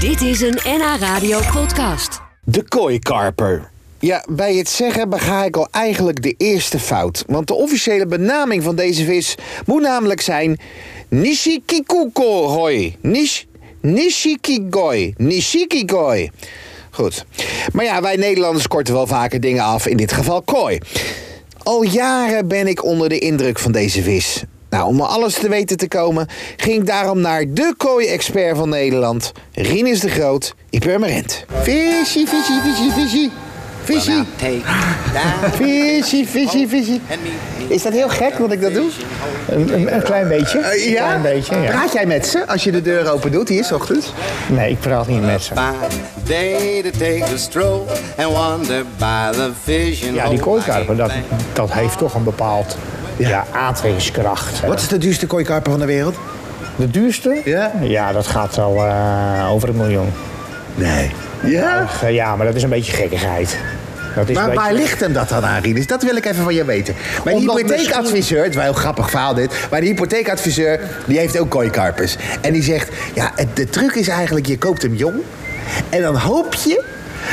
Dit is een NH Radio podcast. De kooikarper. Ja, bij het zeggen bega ik al eigenlijk de eerste fout. Want de officiële benaming van deze vis moet namelijk zijn... Nishikikukohoi. Nish, nishikigoi. Nishikigoi. Goed. Maar ja, wij Nederlanders korten wel vaker dingen af. In dit geval kooi. Al jaren ben ik onder de indruk van deze vis. Nou, om alles te weten te komen, ging ik daarom naar de kooi-expert van Nederland, Rinus de Groot, in Purmerend. Visie, visie, visie, visie. Visie, Take that. visie, visie, visie. Is dat heel gek dat ik dat doe? Een, een- een klein beetje. Eh, Een klein beetje, ja. Praat jij met ze als je de deur open doet hier, s ochtends? Nee, ik praat niet met ze. Fine day to take a stroll and wander by the vision. Ja, die kooikarper, dat, dat heeft toch een bepaald ja, aantrekkingskracht. Wat is de duurste kooikarper van de wereld? De duurste? Ja. Ja, dat gaat wel eh, over een miljoen. Nee. Ja? Eh, Ja, maar dat is een beetje gekkigheid. Dat is een Ah. Maar beetje- waar ligt hem dat dan aan, Rinus? Dat wil ik even van je weten. Mijn Omdat hypotheekadviseur, het is wel een heel grappig verhaal dit... maar de hypotheekadviseur, die heeft ook kooikarpers. En die zegt, ja, het- de truc is eigenlijk, je koopt hem jong... en dan hoop je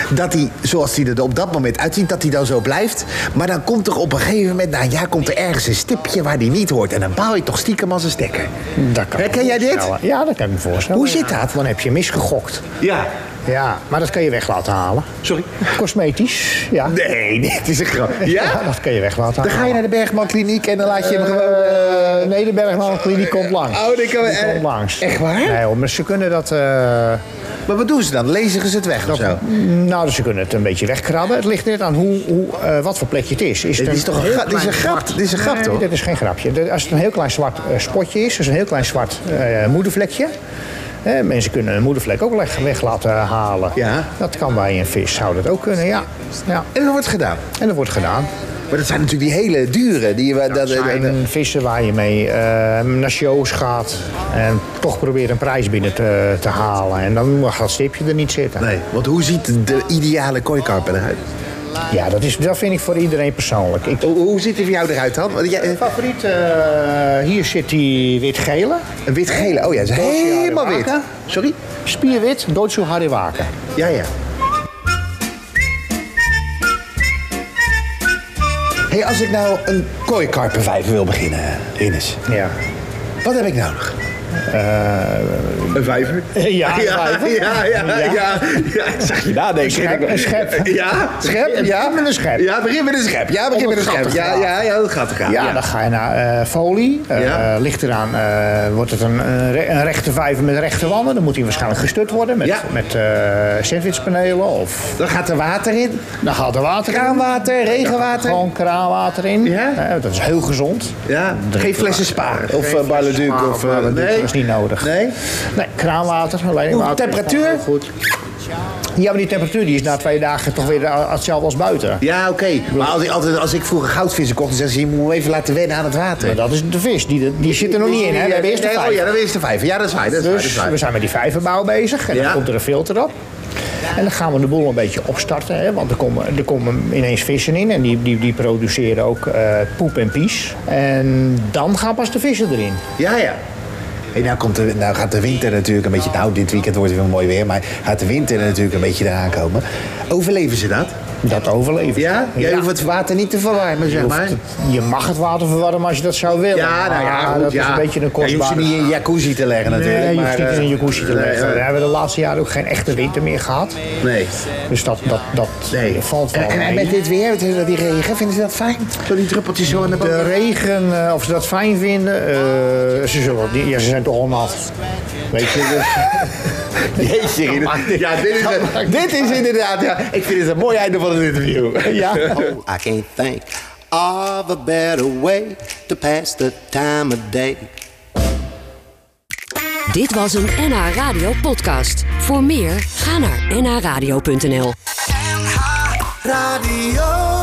dat hij, zoals hij er op dat moment uitziet... dat hij dan zo blijft. Maar dan komt er op een gegeven moment, na een jaar... komt er ergens een stipje waar die niet hoort. En dan baal je toch stiekem als een stekker. Dat kan ik Herken me jij dit? voorstellen. Ja, dat kan ik me voorstellen. Hoe ja. zit dat? Dan heb je misgegokt. Ja. Ja, maar dat kan je weg laten halen. Sorry? Cosmetisch, ja. Nee, dit is een grap. Ja? dat kan je weg laten Dan halen. ga je naar de Bergman Kliniek en dan laat je hem gewoon... Eh, nee, de Bergmankliniek komt langs. Oh, die kan- die eh, komt langs. echt waar? Nee, hoor, maar ze kunnen dat... eh, Maar wat doen ze dan? Lezen ze het weg of zo? nou, dus ze kunnen het een beetje wegkrabben. Het ligt net aan hoe, hoe, eh, wat voor plekje het is. Is Dit een is toch een heel gra- dit is klein een grap. zwart- Dit is een grap, nee, toch? dit is geen grapje. Dit- Als het een heel klein zwart eh, spotje is, dus een heel klein zwart eh, moedervlekje... hè, mensen kunnen een moedervlek ook leg- weg laten halen. Ja. Dat kan bij een vis, zou dat ook kunnen, ja. ja. En dat wordt gedaan. En dat wordt gedaan. Maar dat zijn natuurlijk die hele dure. Die, we- dat, Dat zijn vissen waar je mee eh naar shows gaat en toch probeert een prijs binnen te, te halen. En dan mag dat stipje er niet zitten. nee, want hoe ziet de ideale kooikarper eruit? Ja, dat, is, dat vind ik voor iedereen persoonlijk. Ik, Hoe, hoe ziet die voor jou eruit dan? Want jij- eh, favoriet, eh, hier zit die wit-gele. Een wit-gele. Oh ja, ze is Dolce helemaal wit. Arawaka. Sorry? Spierwit, Doitsu Hariwaka. Ja, ja. hey, als ik nou een kooikarpervijver wil beginnen, Ines, Ja. wat heb ik nou nodig? Eh, een vijver? Ja, ja, ja, ja, ja, ja. Zag je nadenken? Schep, een schep. Ja, schep, ja. Begin met een schep. Oh, Ja, begin met een schep. Ja, begin met een schep. Ja, ja, ja, dat gaat er gaan. Nou, Ja, dan ga je naar eh, folie. Eh, Ja. ligt eraan, eh, wordt het een, een re- een rechte vijver met rechte wanden? Dan moet hij waarschijnlijk gestut worden met, Ja. met eh, sandwichpanelen. Of Dan gaat er water in. dan gaat er water in. Kraanwater, regenwater. Gewoon kraanwater in. Ja. Eh, dat is heel gezond. Ja, geen flessen sparen. Of uh, Barleduc. Of, eh, nee. Dat is niet nodig. Nee. Nee, kraanwater, alleen Hoe, water. temperatuur? Goed. Ja, maar die temperatuur die is na twee dagen toch weer eh, hetzelfde als buiten. Ja, oké. Maar als ik, altijd, als ik vroeger goudvissen kocht, dan zeggen ze, je moet hem even laten wennen aan het water. Maar dat is de vis, die, die zit er nog niet in. Hè? We hebben eerst de Nee, vijver. Oh ja, dat is de vijver. Ja, dat is waar. Dat is waar, dat is Dus waar. we zijn met die vijverbouw bezig en Ja. dan komt er een filter op. En dan gaan we de boel een beetje opstarten, hè? want er komen, er komen ineens vissen in en die, die, die produceren ook eh, poep en pies. En dan gaan pas de vissen erin. Ja, ja. Hey, nou, komt de, nou gaat de winter natuurlijk een beetje... Nou, dit weekend wordt het weer mooi weer, maar gaat de winter natuurlijk een beetje eraan komen. Overleven ze dat? Dat overleven. Ja? Jij hoeft het water niet te verwarmen, zeg Je, hoeft maar. nou het- je mag het water verwarmen als je dat zou willen. Maar dat is een beetje een Ja, je hoeft ze kostbare... niet in een jacuzzi te leggen natuurlijk. Nee, je hoeft maar, niet in eh, een jacuzzi te nee, leggen. eh, We hebben de laatste jaren ook geen echte winter meer gehad. Nee. Dus dat, dat, dat nee. valt wel en, en- en mee. met dit weer, met die regen, vinden ze dat fijn? Zo die druppeltjes zo aan de De boven. regen, eh, of ze dat fijn vinden, eh, ze, zullen, die- ja, ze zijn toch allemaal. Weet je, dus, Jeetje, Rinus. ja, dit is, het- dit is inderdaad... Ja, ik vind het een mooi einde van het interview. ja. I can't think of a better way to pass the time of day. Dit was een NH Radio podcast. Voor meer, ga naar nhradio.nl. Radio.